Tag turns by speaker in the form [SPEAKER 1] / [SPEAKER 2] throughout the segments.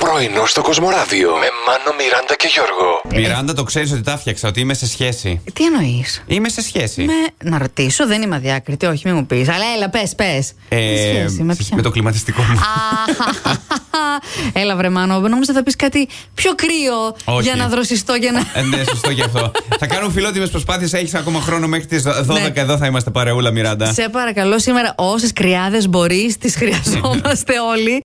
[SPEAKER 1] Πρωινό στο Κοσμοράδιο με Μάνο, Μιράντα και Γιώργο.
[SPEAKER 2] Ε,
[SPEAKER 3] Μιράντα, το ξέρεις ότι τα φτιάξα, ότι είμαι σε σχέση.
[SPEAKER 2] Τι εννοείς.
[SPEAKER 3] Είμαι σε σχέση.
[SPEAKER 2] Με να ρωτήσω, δεν είμαι αδιάκριτη, όχι, μην μου πεις. Αλλά έλα, πες, πες.
[SPEAKER 3] Ε,
[SPEAKER 2] με ποια.
[SPEAKER 3] το κλιματιστικό μου.
[SPEAKER 2] Αχαχαχα. έλα, βρε Μάνο, νόμιζα θα πεις κάτι πιο κρύο
[SPEAKER 3] Όχι.
[SPEAKER 2] για να δροσιστώ για να.
[SPEAKER 3] Ε, ναι, σωστό γι' αυτό. θα κάνουν φιλότιμες προσπάθειες. Έχεις ακόμα χρόνο μέχρι τις 12.
[SPEAKER 2] Ναι.
[SPEAKER 3] Εδώ θα είμαστε παρεούλα, Μιράντα.
[SPEAKER 2] Σε παρακαλώ, σήμερα όσες κρυάδες μπορείς, τις
[SPEAKER 3] Ναι,
[SPEAKER 2] χρειαζόμαστε όλοι.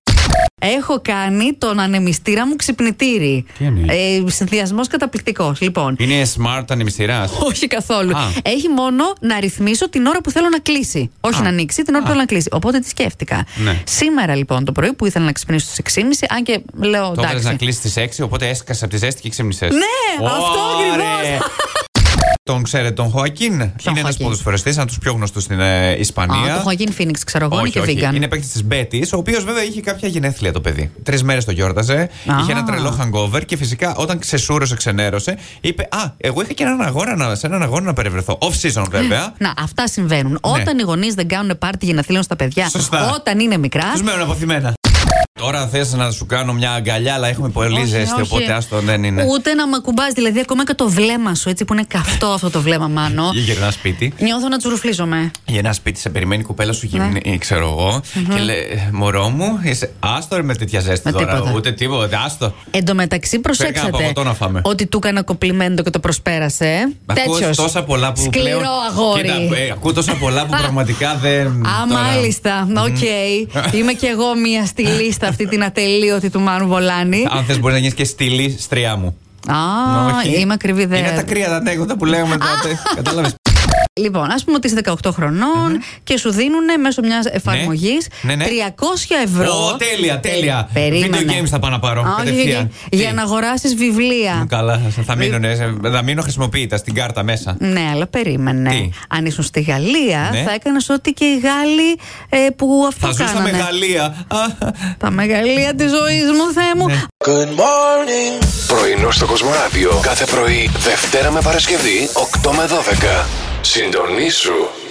[SPEAKER 2] Έχω κάνει τον ανεμιστήρα μου ξυπνητήρι.
[SPEAKER 3] Τι εννοείς? Ε,
[SPEAKER 2] Ε, Συνδυασμός καταπληκτικός. Λοιπόν,
[SPEAKER 3] Είναι smart ανεμιστήρας.
[SPEAKER 2] Όχι καθόλου.
[SPEAKER 3] Α.
[SPEAKER 2] Έχει μόνο να ρυθμίσω την ώρα που θέλω να κλείσει. Όχι
[SPEAKER 3] Α.
[SPEAKER 2] να ανοίξει, την ώρα
[SPEAKER 3] Α.
[SPEAKER 2] που θέλω να κλείσει. Οπότε τη σκέφτηκα.
[SPEAKER 3] Ναι.
[SPEAKER 2] Σήμερα λοιπόν το πρωί που ήθελα να ξυπνήσω στις 6.30, αν και λέω
[SPEAKER 3] Το έβαλες
[SPEAKER 2] εντάξει.
[SPEAKER 3] να κλείσεις τι 6, οπότε έσκασε από τη ζέστη και ξύπνησες.
[SPEAKER 2] Ναι, αυτό ακριβώς.
[SPEAKER 3] Τον ξέρετε τον Χωακίν. Είναι ένας
[SPEAKER 2] Χωακίν.
[SPEAKER 3] ποδοσφαιριστής, ένας από τους πιο γνωστούς στην ε, Ισπανία.
[SPEAKER 2] Α, το Χωακίν Φίνιξ, ξέρω εγώ, είναι
[SPEAKER 3] Όχι,
[SPEAKER 2] και
[SPEAKER 3] όχι.
[SPEAKER 2] vegan.
[SPEAKER 3] Είναι παίκτης της Μπέτης, ο οποίος βέβαια είχε κάποια γενέθλια το παιδί. Τρεις μέρες το γιόρταζε, είχε ένα τρελό hangover και φυσικά όταν ξεσούρωσε, ξενέρωσε, είπε Α, εγώ είχα και έναν αγώνα, να- σε έναν αγώνα να περιβρεθώ. Off season βέβαια.
[SPEAKER 2] Να, αυτά συμβαίνουν. Όταν οι γονείς δεν κάνουν πάρτι γενεθλίων στα παιδιά,
[SPEAKER 3] Ναι. Σωστά.
[SPEAKER 2] όταν είναι μικρά.
[SPEAKER 3] Τους μένουν αποθυμένα. Τώρα θες να σου κάνω μια αγκαλιά, αλλά έχουμε πολύ
[SPEAKER 2] όχι,
[SPEAKER 3] ζέστη,
[SPEAKER 2] όχι.
[SPEAKER 3] οπότε άστο δεν είναι.
[SPEAKER 2] Ούτε να μ' ακουμπάς, δηλαδή ακόμα και το βλέμμα σου, έτσι που είναι καυτό αυτό το βλέμμα, μάνο.
[SPEAKER 3] Για ένα σπίτι.
[SPEAKER 2] Νιώθω να τσουρουφλίζομαι.
[SPEAKER 3] Για ένα σπίτι σε περιμένει η κουπέλα σου γυμνή,
[SPEAKER 2] Ναι.
[SPEAKER 3] ξέρω εγώ. Και λέει, Μωρό μου, είσαι άστο ρε, με τέτοια ζέστη
[SPEAKER 2] Με
[SPEAKER 3] τώρα.
[SPEAKER 2] τίποτα.
[SPEAKER 3] Ούτε τίποτα, άστο.
[SPEAKER 2] Εν τω μεταξύ, προσέξατε
[SPEAKER 3] παγωτό να φάμε.
[SPEAKER 2] ότι του έκανα κοπλιμέντο και το προσπέρασε.
[SPEAKER 3] Ακούω
[SPEAKER 2] Τέτοιος.
[SPEAKER 3] τόσα πολλά που
[SPEAKER 2] Σκληρό
[SPEAKER 3] πλέον-
[SPEAKER 2] αγόρι.
[SPEAKER 3] Κοίτα, ε, ακούω τόσα πολλά που πραγματικά δεν.
[SPEAKER 2] Α, μάλιστα. Οκ. Είμαι κι εγώ μία στη λίστα αυτή την ατελείωτη του Μάνου Βολάνη.
[SPEAKER 3] Αν θες, μπορεί να γίνεις και στυλή στριά μου.
[SPEAKER 2] Α,
[SPEAKER 3] Όχι.
[SPEAKER 2] είμαι ακριβή δεν.
[SPEAKER 3] Είναι τα κρύα τα τέγοντα που λέγαμε τότε. Κατάλαβες.
[SPEAKER 2] Λοιπόν, ας πούμε ότι είσαι 18 χρονών και σου δίνουν μέσω μιας εφαρμογής
[SPEAKER 3] Ναι, ναι.
[SPEAKER 2] 300 ευρώ.
[SPEAKER 3] Ω, τέλεια, τέλεια.
[SPEAKER 2] Περίμενε.
[SPEAKER 3] Video games θα πάω να πάρω,
[SPEAKER 2] Α, όχι,
[SPEAKER 3] κατευθείαν.
[SPEAKER 2] όχι, όχι. Για
[SPEAKER 3] Τι?
[SPEAKER 2] να αγοράσεις βιβλία.
[SPEAKER 3] Καλά, θα μείνουν, θα μείνω χρησιμοποιητά στην κάρτα μέσα.
[SPEAKER 2] Ναι, αλλά περίμενε.
[SPEAKER 3] Τι?
[SPEAKER 2] Αν ήσουν στη Γαλλία,
[SPEAKER 3] Ναι.
[SPEAKER 2] θα έκανες ό,τι και οι Γάλλοι ε, που αυτό
[SPEAKER 3] Θα ζούσα
[SPEAKER 2] κάνανε.
[SPEAKER 3] με Γαλλία. Α,
[SPEAKER 2] Τα μεγαλεία της ζωής μου, Θεέ μου.
[SPEAKER 3] Ναι.
[SPEAKER 1] Πρωινό στο Κοσμοράδιο κάθε πρωί, Δευτέρα με Παρασκευή, 8 με 12. Συντονίσου